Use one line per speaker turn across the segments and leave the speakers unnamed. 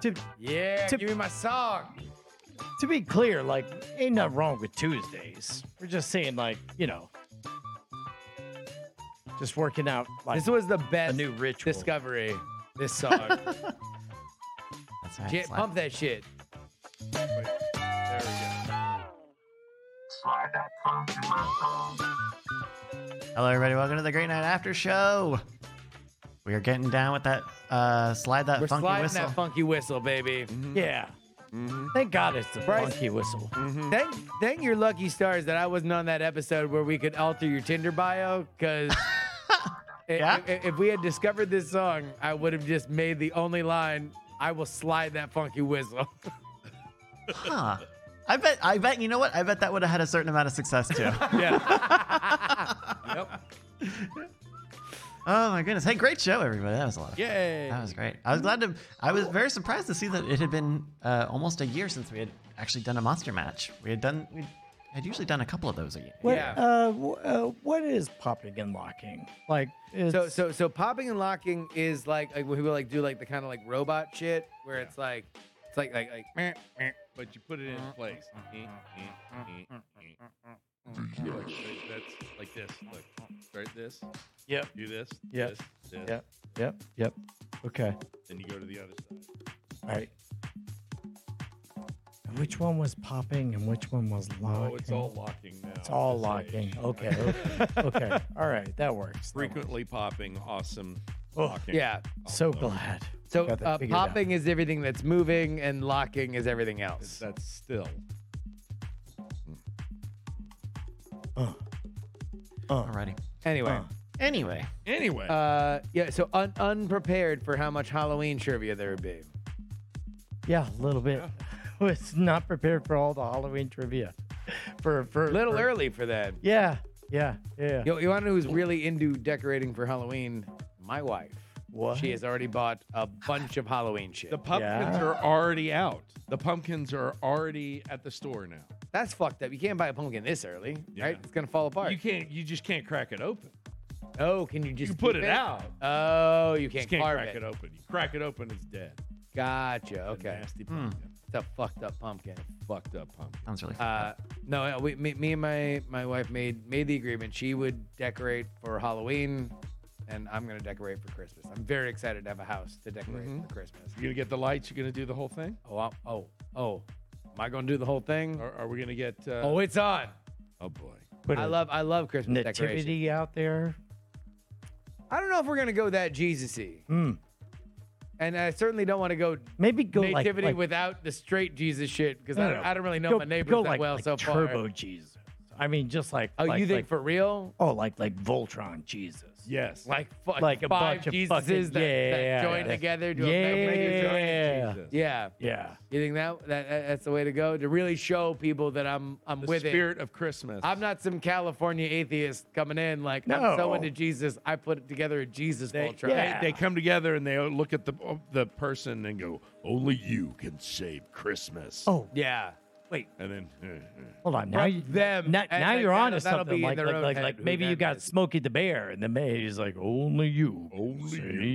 to
Yeah,
To-
give me my song.
to be clear, like, ain't nothing wrong with Tuesdays. We're just saying, like, you know, just working out like
This was the
a
best
new ritual.
discovery. This song.
That's right.
Get,
slap.
pump that shit. There we go.
Hello, everybody. Welcome to the Great Night After Show. We are getting down with that. Uh, slide that
We're
funky
sliding
whistle.
that funky whistle, baby.
Yeah. Thank God it's the
Mm-hmm. Bryce- Mm-hmm.
funky whistle.
Mm-hmm.
Thank, thank your lucky stars that I wasn't on that episode where we could alter your Tinder bio. Because
Yeah?
if, we had discovered this song, I would have just made the only line. I will slide that funky whistle.
huh. I bet. I bet. You know what? I bet that would have had a certain amount of success too.
Yeah. yep.
oh my goodness. Hey, great show, everybody. That was a lot of. fun.
Yay.
That was great. I was glad to. I was very surprised to see that it had been uh, almost a year since we had actually done a monster match. We had done. We had usually done a couple of those a year.
What,
Yeah.
uh, w- uh, what is popping and locking? Like, it's,
So so so popping and locking is like like when people like do like the kind of like robot shit where it's like it's like like like meh, meh.
but you put it in place. Eh, eh, eh, eh. You're like, wait, That's like this. Look, right? This.
Yep.
Do this.
Yeah.
This. this
Yep. Yep. Yep. Okay.
Then you go to the other side.
All right. And Which one was popping and which one was locking?
Oh, it's all locking now.
It's all
This
locking.
age.
Okay. Okay. okay. All right. That works. That works.
Frequently popping. Awesome.
Oh,
locking.
Yeah.
So
Although,
glad.
So
Got that
uh,
figured out.
popping is everything that's moving and locking is everything else.
That's still.
Uh, uh,
Alrighty.
Anyway.
uh.
Anyway.
Anyway.
Uh, yeah, so un- unprepared for how much Halloween trivia there would be.
Yeah, a little bit. was not prepared for all the Halloween trivia. For for
A little
for-
early for that.
Yeah. Yeah. Yeah.
You, you want to know who's really into decorating for Halloween? My wife.
What?
She has already bought a bunch of Halloween shit.
the pumpkins
Yeah.
are already out. The pumpkins are already at the store now.
That's fucked up. You can't buy a pumpkin this early,
Yeah.
right? It's gonna fall apart.
You can't. You just can't crack it open.
oh, can you just
You put
keep
it out.
Oh, you
You
can't,
just can't
carve
crack
it.
it. open. You crack it open, it's dead.
Gotcha.
A
Okay,
Nasty
Hmm.
pumpkin.
it's a fucked up pumpkin.
Fucked up pumpkin.
Sounds really. Fun.
Uh, no, we, me, me and my my wife made made the agreement. She would decorate for Halloween, and I'm gonna decorate for Christmas. I'm very excited to have a house to decorate
Mm-hmm.
for Christmas.
You're gonna get the lights. You're gonna do the whole thing.
Oh, i oh, oh! Am I gonna do the whole thing?
Are, are we gonna get? Uh,
oh, it's on.
oh boy.
Put
I
a
love I love Christmas decoration.
nativity out there.
I don't know if we're gonna go that Jesusy,
Mm.
and I certainly don't want to go
Maybe go like-
nativity
like,
without the straight Jesus shit because
No,
I,
no,
don't,
no.
I don't really know
go-
my neighbors
go
that
like,
well
like
so far.
Turbo Jesus. I mean, just like
Oh,
like,
you think
like-
for real?
oh like like Voltron Jesus.
Yes.
Like fu-
Like a
five
bunch of
Jesuses
fucking-
that,
yeah.
that join together to a
Yeah.
make it join.
Yeah.
Jesus.
Yeah.
Yeah.
You think that, that that- that's the way to go to really show people that I'm I'm
The
with it.
spirit of Christmas.
I'm not some California atheist coming in like I'm
No.
so into Jesus. I put together a Jesus
They,
Voltron.
yeah.
they, they come together and they look at the oh, the person and go, "Only you can save Christmas."
Oh,
Yeah.
wait.
And then uh,
Hold on. Now
From
you
them,
Now,
and
now
like
you're on
that'll-
to
that'll be
something
in
like
their
like
own
like,
head
like
who
maybe you
them
got
is.
Smokey the Bear, and then maybe he's like, only you, can
Only you.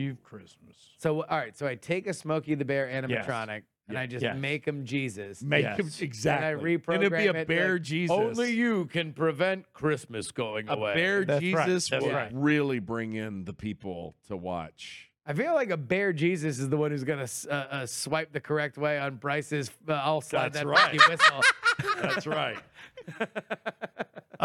save Christmas.
So all right. So I take a Smokey the Bear animatronic and I just
Yes.
make him Jesus.
make
Yes.
him exactly.
And I reprogram
and it'd be a
it,
bear
like,
Jesus.
Only you can prevent Christmas going
A
away.
bear
That's right,
Jesus
that's
will
right.
really bring in the people to watch.
I feel like a bear Jesus is the one who's gonna s- uh, uh, swipe the correct way on Bryce's. Uh, I'll slide
That's
that
right.
monkey whistle.
That's right.
Uh,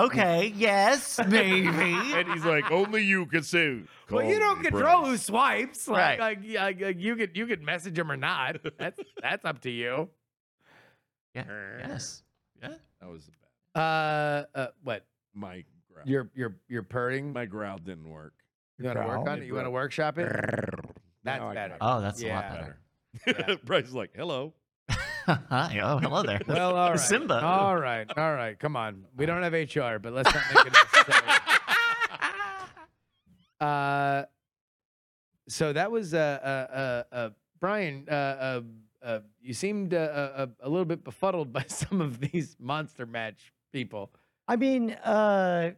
okay. Yes. Maybe.
and he's like, "Only you can save."
well, you
Call
don't
me
control
Bryce.
who swipes. Like,
Right.
like, yeah, like, like, you could you could message him or not. That's that's up to you.
yeah. Yes. Yeah.
That was the bad.
Uh, uh what?
my growl.
You're you're you're purring.
my growl didn't work.
You want to work
growl.
on it? You want to workshop it? That's
Now I
better.
got
Oh, that's a lot
Yeah.
better.
Yeah.
Bryce's like, "Hello."
Hi. Oh, hello there.
Well, all right.
Simba.
All right, all right. Come on. We don't have HR, but let's not make it necessary. uh, so that was uh, uh, uh, uh, Brian. Uh, uh, uh, you seemed uh, uh, a, a little bit befuddled by some of these monster match people.
I mean, uh,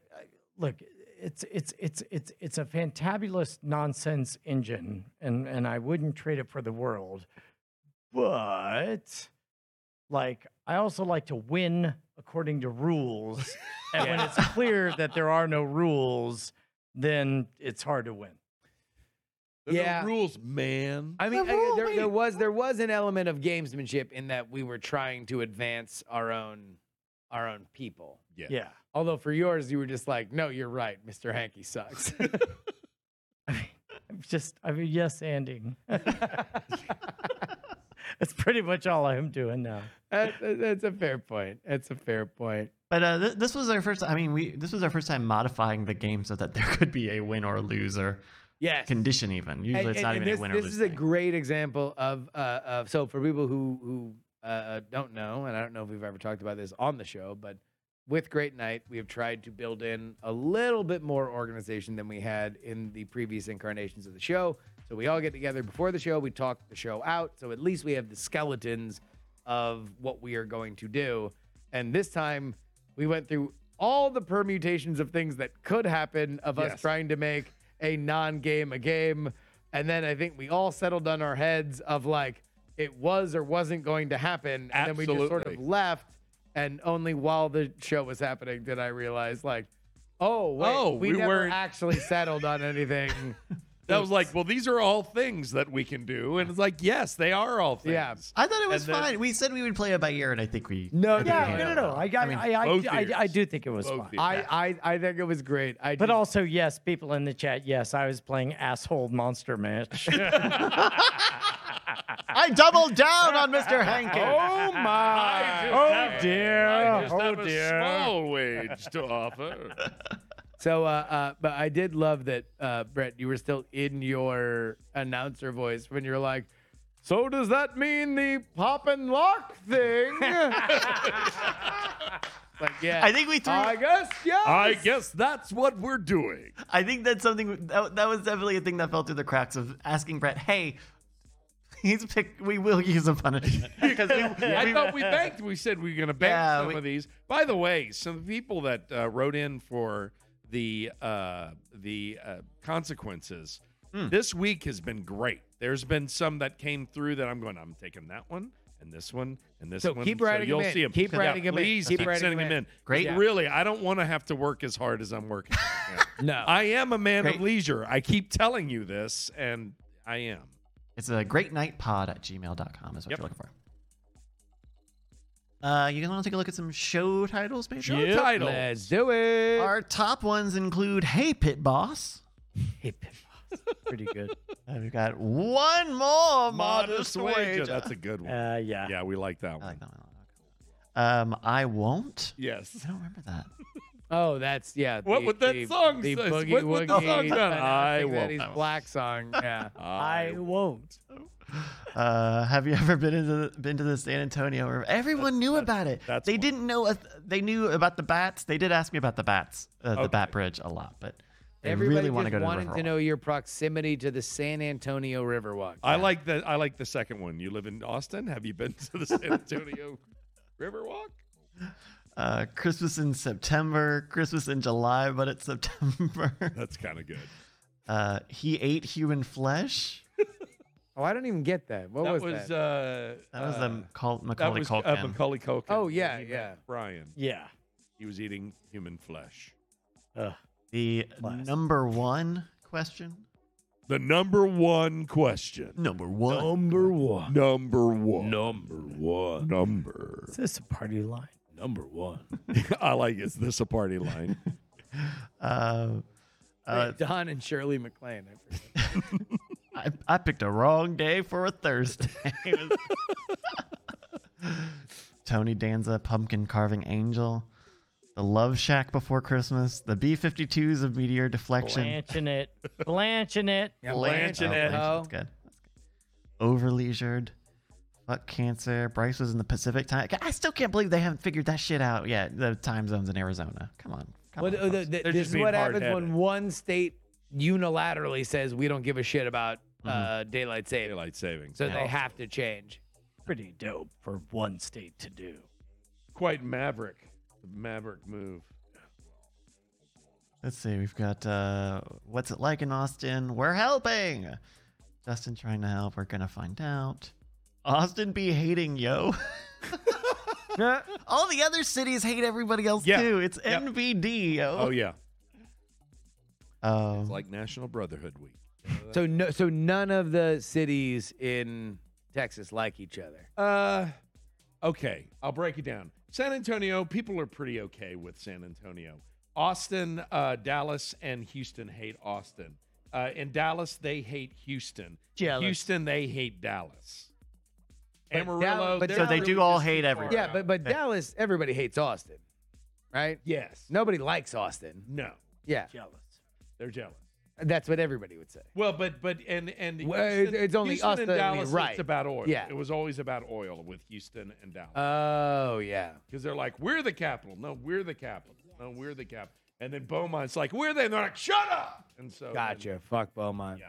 look, it's it's it's it's it's a fantabulous nonsense engine, and and I wouldn't trade it for the world. but like I also like to win according to rules. And when it's clear that there are no rules, then it's hard to win.
There's no
Yeah.
rules, man.
I mean,
They're
I- there,
all
there
me.
was there was an element of gamesmanship in that we were trying to advance our own our own people.
yeah.
Yeah.
Although for yours, you were just like, no, you're right, Mr. Hanky sucks.
I mean, I'm just I mean yes anding. That's pretty much all I'm doing now.
That- that- that's a fair point. That's a fair point.
But uh, th- this was our first. I mean, we this was our first time modifying the game so that there could be a win or lose or
Yes.
condition. Even usually,
And-
it's
and-
not
and
even
this,
a win or
this
lose.
is a
thing.
great example of uh, of so for people who who uh, uh, don't know, and I don't know if we've ever talked about this on the show, but with Great Night, we have tried to build in a little bit more organization than we had in the previous incarnations of the show. So we all get together before the show, we talk the show out, so at least we have the skeletons of what we are going to do. And this time, we went through all the permutations of things that could happen of us
Yes.
trying to make a non-game a game. And then I think we all settled on our heads of like it was or wasn't going to happen. And then we just sort of
Absolutely.
left. And only while the show was happening did I realize like, oh wait,
Oh,
we,
we
never
weren't-
actually settled on anything.
That was like, well, these are all things that we can do, and it's like, yes, they are all things.
Yeah.
I thought it was
And then-
fine. We said we would play it by ear, and I think we.
No,
I think
Yeah,
we
no, no,
handled
no.
that.
I I
mean,
I,
both
I, I, I
ears.
do think it was
Both
fun.
ears.
I, I I think it was great. I
But
just-
also, yes, people in the chat, yes, I was playing asshole monster match.
I doubled down on Mr. Hanky.
oh my.
oh dear.
I just have
Oh
a
dear.
small wage to offer.
So, uh, uh, but I did love that, uh, Brett, you were still in your announcer voice when you're like, so does that mean the pop and lock thing? like, yeah.
I think we threw.
I
I,
guess, yeah.
I guess that's what we're doing.
think that's something that, that was definitely a thing that fell through the cracks of asking Brett, "Hey, he's pick. We will use a punishment because we,
I
we-
thought we banked. We said we were going to bank
Yeah,
some
we-
of these. By the way, some people that uh, wrote in for the uh, the uh, consequences
Hmm.
this week has been great. There's been some that came through that I'm going. I'm taking that one and this one and this
So
one.
keep
so
writing 'em
You'll
in.
see them.
Keep writing 'em in.
Please
Keep
keep
writing
sending
'em
them
in.
in.
Great.
Yeah. Really, I don't want to have to work as hard as I'm working. right now.
No.
I am a man
Great.
of leisure. I keep telling you this, and I am.
It's a great night pod at gmail.com is what
Yep.
you're looking for. Uh, you guys want to take a look at some show titles, maybe?
Show Yep. titles.
Let's do it.
Our top ones include Hey Pit Boss.
Hey, Pip Boss. Pretty good.
And we've got one more modest, wage.
That's a good one.
Uh, yeah.
yeah, we like that
I
one.
like that one. a lot. Um, I won't.
Yes.
I don't remember that.
Oh, that's, yeah.
What
the,
would that
the,
song
The
says?
Boogie
What would the
Woogie,
song says?
Fantastic
I won't.
Daddy's Black song. Yeah.
I won't.
Uh, have you ever been into the, been to the San Antonio? Room? Everyone knew about it.
that's
they
one.
didn't know. A th- they knew about the bats. They did ask me about the bats, uh, the Bat Bridge, a lot, but they
Everybody
really want to
just
go to the
wanted to
Riverwalk.
know your proximity to the San Antonio Riverwalk.
I like the I like the second one. You live in Austin? Have you been to the San Antonio Riverwalk?
uh, Christmas in September, Christmas in July, but it's September.
That's kind of good.
Uh, he ate human flesh.
Oh, I don't even get that. What was, that?
uh
That was
uh,
the Macaul-
that
Macaulay
was uh,
Culkin.
Macaulay Culkin.
Oh,
when
yeah,
he met
yeah.
Brian.
Yeah.
He was eating human flesh.
Ugh.
the
Class.
number one question.
The number one question.
Number one.
Number one. Number one. Number one. Number.
Is this a party line?
Number one. I like is this a party line?
Uh, uh,
Don and Shirley MacLaine. I forget.
I, I picked a wrong day for a Thursday. Tony Danza, Pumpkin Carving Angel, The Love Shack Before Christmas, The B 52s of Meteor Deflection.
Blanching it. Blanching it.
Blanching
Oh,
it.
That's good. That's good. Overleisured. Fuck cancer. Bryce was in the Pacific time. I still can't believe they haven't figured that shit out yet. The time zones in Arizona. Come on. Come
What,
on,
uh, the-
folks.
the-
They're
this
just
is
being
what happens when
hard-headed.
one state unilaterally says we don't give a shit about uh, daylight saving,
Daylight savings. Oh,
so they have to change.
Pretty dope for one state to do.
quite maverick. The maverick move.
Let's see. We've got uh, what's it like in Austin? We're helping. Justin trying to help. We're gonna find out. Austin be hating yo. All the other cities hate everybody else
Yeah.
too. It's
Yep.
NVD
Oh
yo.
yeah,
Um,
it's like National Brotherhood Week.
So no, so none of the cities in Texas like each other.
Uh, okay, I'll break it down. San Antonio, people are pretty okay with San Antonio. Austin, uh, Dallas, and Houston hate Austin. Uh, in Dallas, they hate Houston.
Jealous.
Houston, they hate Dallas.
But Dal-
Amarillo,
but
they're
so
not
they
do
really
all
just too
hate
far
everyone.
Yeah,
out.
but but Dallas, everybody hates Austin, right?
yes, no,
Nobody likes Austin.
no,
Yeah,
Jealous.
they're jealous.
that's what everybody would say.
Well, but but and and
Well, it- it's only
Houston
us
and
that- I mean,
Dallas.
right.
It's about oil.
Yeah.
it was always about oil with Houston and Dallas.
Oh yeah,
because they're like, we're the capital. No, we're the capital. No, we're the capital. And then Beaumont's like, we're there. And they're like, shut up. And so,
gotcha. Fuck Beaumont.
yeah.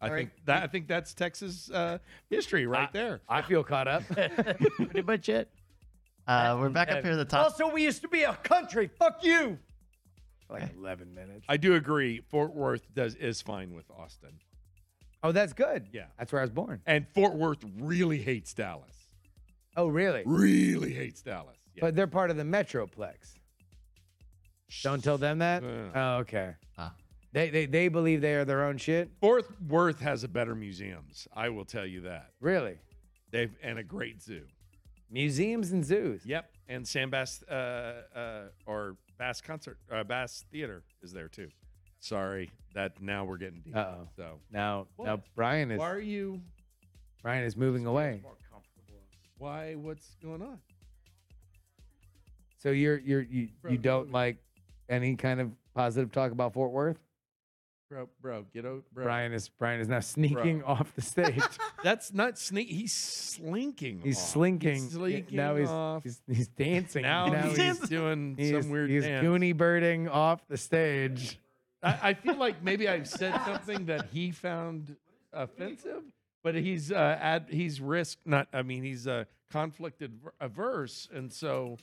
I
All right.
think that I think that's Texas uh, history right there.
I feel caught up.
Pretty much it.
uh, we're back up here at the top.
Also, we used to be a country. Fuck you.
like eleven minutes.
I do agree. Fort Worth does is fine with Austin,
Oh, that's good.
Yeah.
that's where I was born.
and Fort Worth really hates Dallas.
Oh really?
Really hates Dallas. Yeah.
But they're part of the Metroplex. Don't tell them that.
Yeah.
Oh okay.
Ah.
They, they they believe they are their own shit.
Fort Worth has a better museums. I will tell you that.
Really?
They've and a great zoo.
Museums and zoos.
Yep, and Sam Bass uh, uh, or Bass concert, uh, Bass Theater is there too. Sorry that now we're getting deep.
Uh-oh.
So
Now now
What?
Brian is
why are you?
Brian is moving away.
Why? What's going on?
So you're you're you,
Bro,
you
get
don't
over-
like any kind of positive talk about Fort Worth?
Bro, bro, get over. Bro.
Brian is Brian is now sneaking off the stage.
that's not sneak. He's slinking.
he's
off.
slinking.
He's slinking
now he's,
off.
he's he's dancing.
now, he's,
he's-
doing
he's,
some weird
he's
dance.
Goonie birding off the stage.
I, I feel like maybe I've said something that he found offensive, but he's uh, ad, he's risk not. I mean, he's uh, conflict adver- averse, and so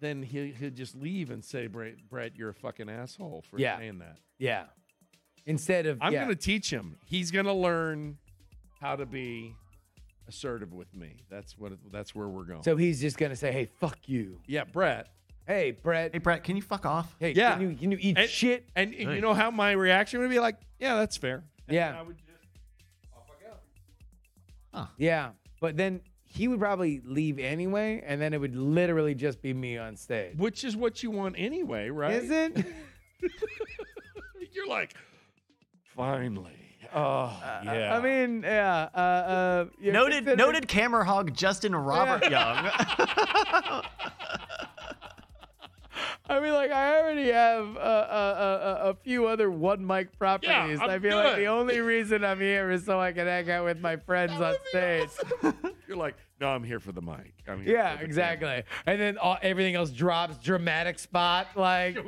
then he he'll just leave and say, "Brett, Brett you're a fucking asshole for
Yeah.
saying that."
Yeah. Instead of
I'm
yeah.
gonna teach him. He's gonna learn how to be assertive with me. That's what. That's where we're going.
so he's just gonna say, "Hey, fuck you."
yeah, Brett.
Hey, Brett.
Hey Brett, can you fuck off?
Hey,
yeah.
can you can you eat
And-
shit?
And you know how my reaction would be like, "Yeah, that's fair." And
Yeah.
I would just off I go.
Yeah, but then he would probably leave anyway, and then it would literally just be me on stage.
Which is what you want anyway, right?
Is it?
You're like, finally. Oh, yeah.
Uh, I mean, yeah. Uh, uh, yeah,
Noted
consider-
noted camera hog Justin Robert Young.
I mean, like I already have uh, uh, uh, uh, a few other one mic properties.
I'm
I feel like
good.
the only reason I'm here is so I can hang out with my friends on stage.
you're like, no, I'm here for the mic. I'm here
Yeah,
for the
exactly. And then all, everything else drops. Dramatic spot. Like,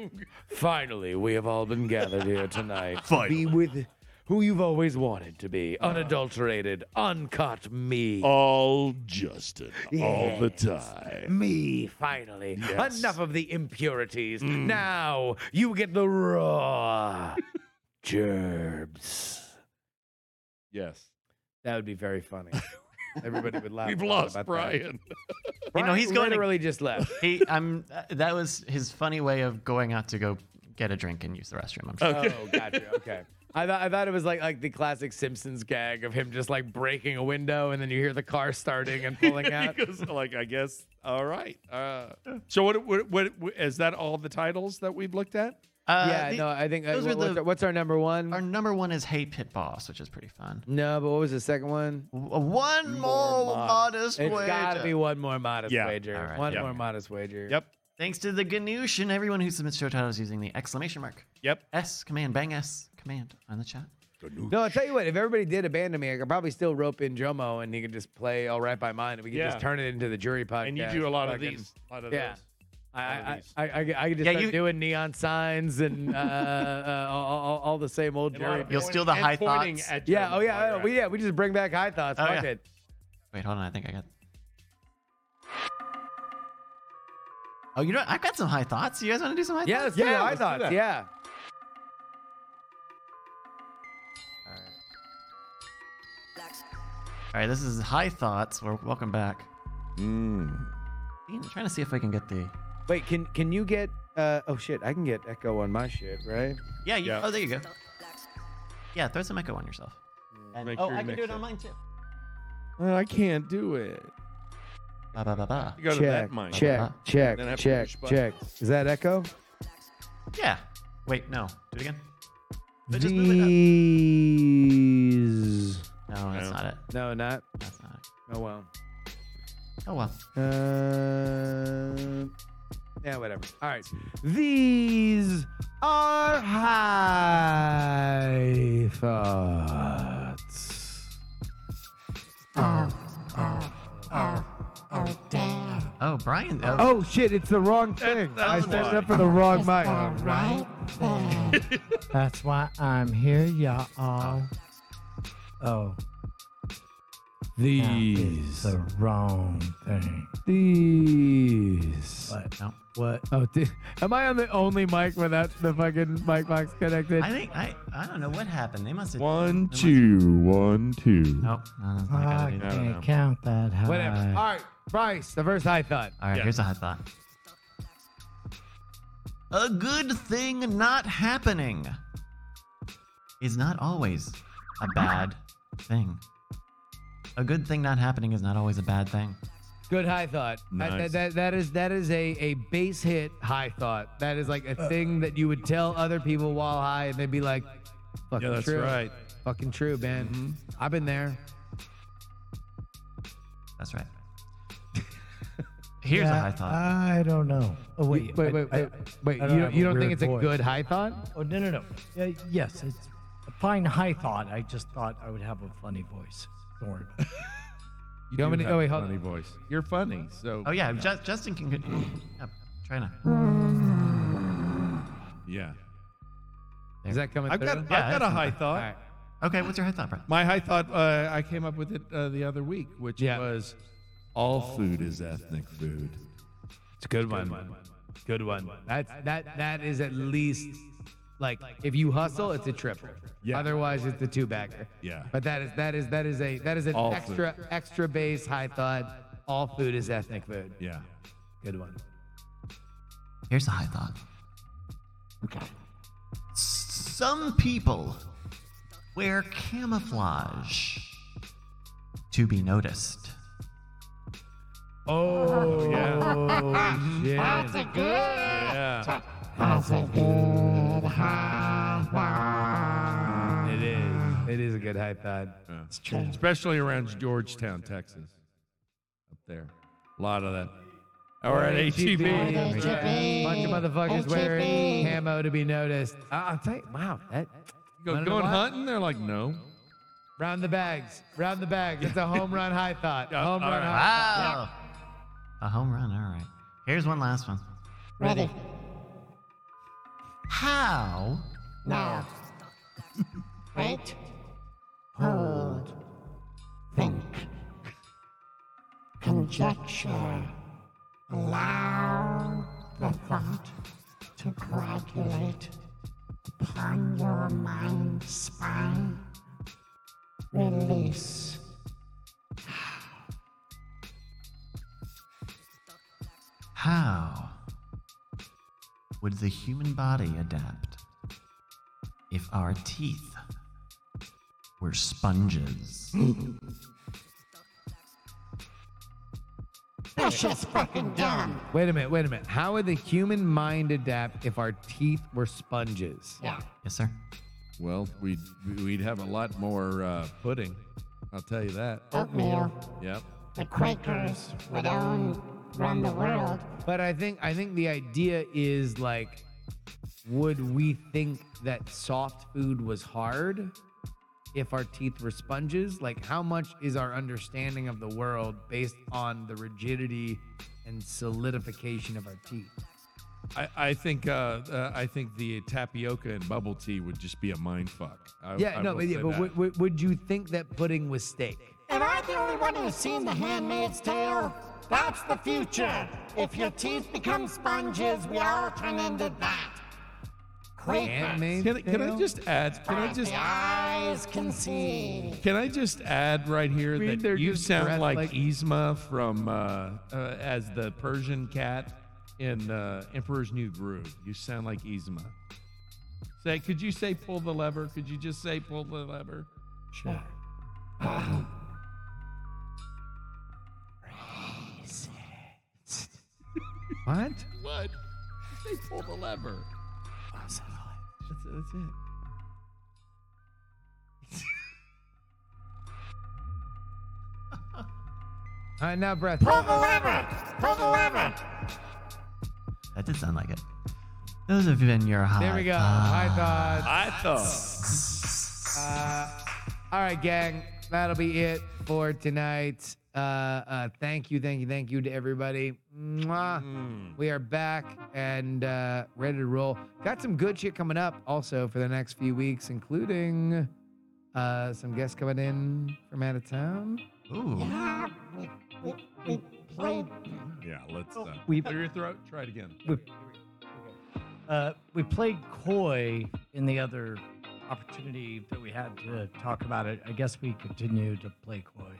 finally, we have all been gathered here tonight. to Be with who you've always wanted to be. Unadulterated, uncut me.
camera. All Justin, all the time.
Me, finally.
Yes.
Enough of the impurities. Now you get the raw gerbs.
Yes.
That would be very funny. Everybody would laugh.
We've
a lot
lost
about that.
Brian.
You know, he's going to-
literally just left.
he, I'm. uh, That was his funny way of going out to go get a drink and use the restroom. I'm sure.
Oh, gotcha. Okay. I thought I thought it was like like the classic Simpsons gag of him just like breaking a window and then you hear the car starting and pulling out.
because, like, I guess, all right. Uh, so, what, what, what, what, is that all the titles that we've looked at?
Uh,
Oh, yeah,
the-
no, I think uh,
those were
what- what's,
the-
our, what's our number one?
Our number one is Hey Pit Boss, which is pretty fun.
no, but what was the second one?
W- uh, One more, modest
It's
way.
got
to-
to be one more modest
Yeah.
wager.
All right.
one
Yeah.
more modest wager.
Yep.
Thanks to the Ganoush and everyone who submits show titles using the exclamation mark.
Yep.
S command, bang S command on the chat.
No, I'll tell you what. If everybody did abandon me, I could probably still rope in Jomo and he could just play "All Right by Mine" and we could
Yeah.
just turn it into the jury podcast.
And you do a lot of
Fucking-
these. A lot of
yeah.
those.
I,
lot of
I,
these.
I, I, I could just
Yeah,
start
you-
doing neon signs and uh, uh, all, all, all the same old
And a lot
jury.
of
You'll
pointing-
steal the
and
high
pointing
thoughts.
at
Yeah.
Joe
Oh yeah.
Moyer.
yeah, We, yeah. We just bring back high thoughts.
Oh,
Fuck
yeah.
it.
Wait, hold on. I think I got. Oh, you know, what? I've got some high thoughts. You guys want to do some high
Yeah. Let's
thoughts?
do the
Yeah,
high
let's do
thoughts.
that.
Yeah.
All right, this is High Thoughts. We're welcome back.
Mm.
I'm trying to see if I can get the.
Wait, can can you get? Uh, oh shit, I can get echo on my shit, right?
Yeah, you,
Yeah.
Oh, there you go. Yeah, throw some echo on yourself. And,
Make
oh,
sure you
I can
mix
do it
it.
on mine too.
Uh, I can't do it.
Ba ba ba ba.
You go to
check,
that mic.
Uh-huh.
check, check,
Then I have to
check,
push buttons.
check. Is that echo?
Yeah. Wait, no. Do it again. But just move it
These.
up. No, that's
No.
not it.
No, not.
That's not it.
Oh well.
Oh well.
Uh, yeah, whatever. All right. These are high thoughts.
Oh, Brian. Oh,
Oh shit! It's the wrong thing. I
that's
set it
why.
up for the wrong mic. All right.
That's why I'm here, y'all. Oh,
Oh. These.
the wrong thing.
These.
no.
What? Oh, di- am I on the only mic without the fucking mic box connected?
I think I. I don't know what happened. They must have.
One, two, one, two. Ah,
Nope. No, that's not gotta do that.
don't know.
count that high.
Whatever.
Uh,
All right, Bryce. The first high thought.
All right,
Yeah.
here's a hot thought. A good thing not happening is not always a bad thing. A good thing not happening is not always a bad thing.
Good high thought. That-
Nice.
That, that, that is that is a, a base hit high thought. That is like
Uh.
a thing that you would tell other people while high, and they'd be like, "Fucking
Yeah, that's
true,
right. Mm-hmm.
Fucking true, man. I've been there."
That's right. Here's a high thought.
Uh, I don't know. Oh
Wait,
wait,
wait, wait,
I-
wait. wait.
I
you
have
don't, you don't
weird
think it's a
voice.
good high thought?
Oh no, no, no. Yeah, yes, it's a fine high thought. I just thought I would have a funny voice. Don't worry. About it.
You
You want
do
me to-
have
oh,
a
wait, hold
funny
on.
voice. You're funny, so
Oh yeah, Ju- Justin can. Yeah, try now.
yeah.
Is that coming
I've
through?
got,
All
I've got a
that's-
high thought.
right.
Okay, what's your high thought, Brett?
My high thought, uh, I came up with it uh, the other week, which
Yeah.
was all food is ethnic food.
It's a good one. Good one. That's that that is at least like if you hustle, it's a triple.
Yeah.
Otherwise, it's a two bagger.
Yeah.
But that is that is that is a that is an
All food.
extra extra base high thought. All food is ethnic food.
Yeah.
Good one.
Here's a high thought. Some people wear camouflage to be noticed.
Oh
Yeah.
yeah.
yeah.
It is. It is a good high thought.
Especially around Georgetown, Texas. Up there. A lot of that. All right, E ATB.
E
E
Bunch of motherfuckers wearing camo to be noticed. I- I'll tell you, wow, that
Go,
Wanna know
going
why?
hunting? They're like, no.
Round the bags. Round the bags. It's a home run high thought.
Yeah,
Home
all
run
right.
high
Wow. Oh. A home run. All right. Here's one last one.
Ready.
How
Now. Wait. Hold. Think. Conjecture. Allow the thought to coagulate upon your mind spine. Release.
how would the human body adapt if our teeth were sponges?
That's just fucking dumb.
Wait a minute, wait a minute. How would the human mind adapt if our teeth were sponges?
Yeah.
yes, sir.
Well, we'd, we'd have a lot more uh, pudding. I'll tell you that.
Oatmeal.
Yep.
The Quakers would own, run the world.
But I think I think the idea is like would we think that soft food was hard if our teeth were sponges? Like how much is our understanding of the world based on the rigidity and solidification of our teeth?
I, I think uh, uh, I think the tapioca and bubble tea would just be a mind fuck. I,
Yeah,
I
no,
will
but yeah,
say
but
that.
w- w- would you think that pudding was steak?
Am I the only one who's seen The Handmaid's Tale? That's the future. If your teeth become sponges, we all turn into that. frequent.
Handmaid's
Can, I- can I
Tale?
just add? Can I
But
just?
the eyes can see.
Can I just add right here
Read their
that you
deep
sound
breath
like,
like-
Yzma from uh, uh, as the Persian cat in uh, Emperor's New Groove. You sound like Yzma. Say, could you say pull the lever? Could you just say pull the lever?
Sure.
What?
What? Say pull the lever. That's, that's it.
All right, now breath.
That did sound like it. Those have been your hot.
There we go. High
thoughts.
thoughts.
I thought.
Uh, All right, gang. That'll be it for tonight. Uh, uh, thank you, thank you, thank you to everybody. Mwah.
Mm.
We are back and uh, ready to roll. Got some good shit coming up also for the next few weeks, including uh, some guests coming in from out of town.
Ooh.
Yeah, we, we, we played
Yeah, let's. Uh,
We
Clear your throat. Try it again.
uh, we played coy in the other opportunity that we had to talk about it. I guess we continue to play coy.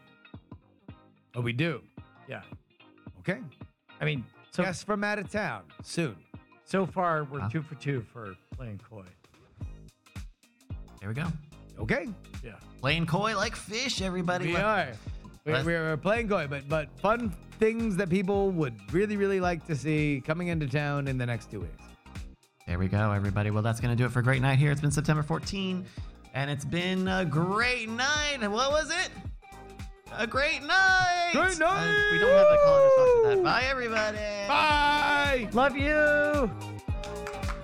Oh, we do.
Yeah.
Okay.
I mean, so
guests from out of town soon.
so far we're
Huh?
two for two for playing coy.
There we go.
Okay.
Yeah.
Playing coy like fish, everybody.
We
Let-
are. We,
Let's-
we are playing Goy, but but fun things that people would really really like to see coming into town in the next two weeks.
There we go, everybody. Well, that's going to do it for a great night here. It's been September 14, and it's been a great night. And What was it? A great night.
Great
Uh, we don't have a call and response for that. Bye, everybody.
Bye.
Love you.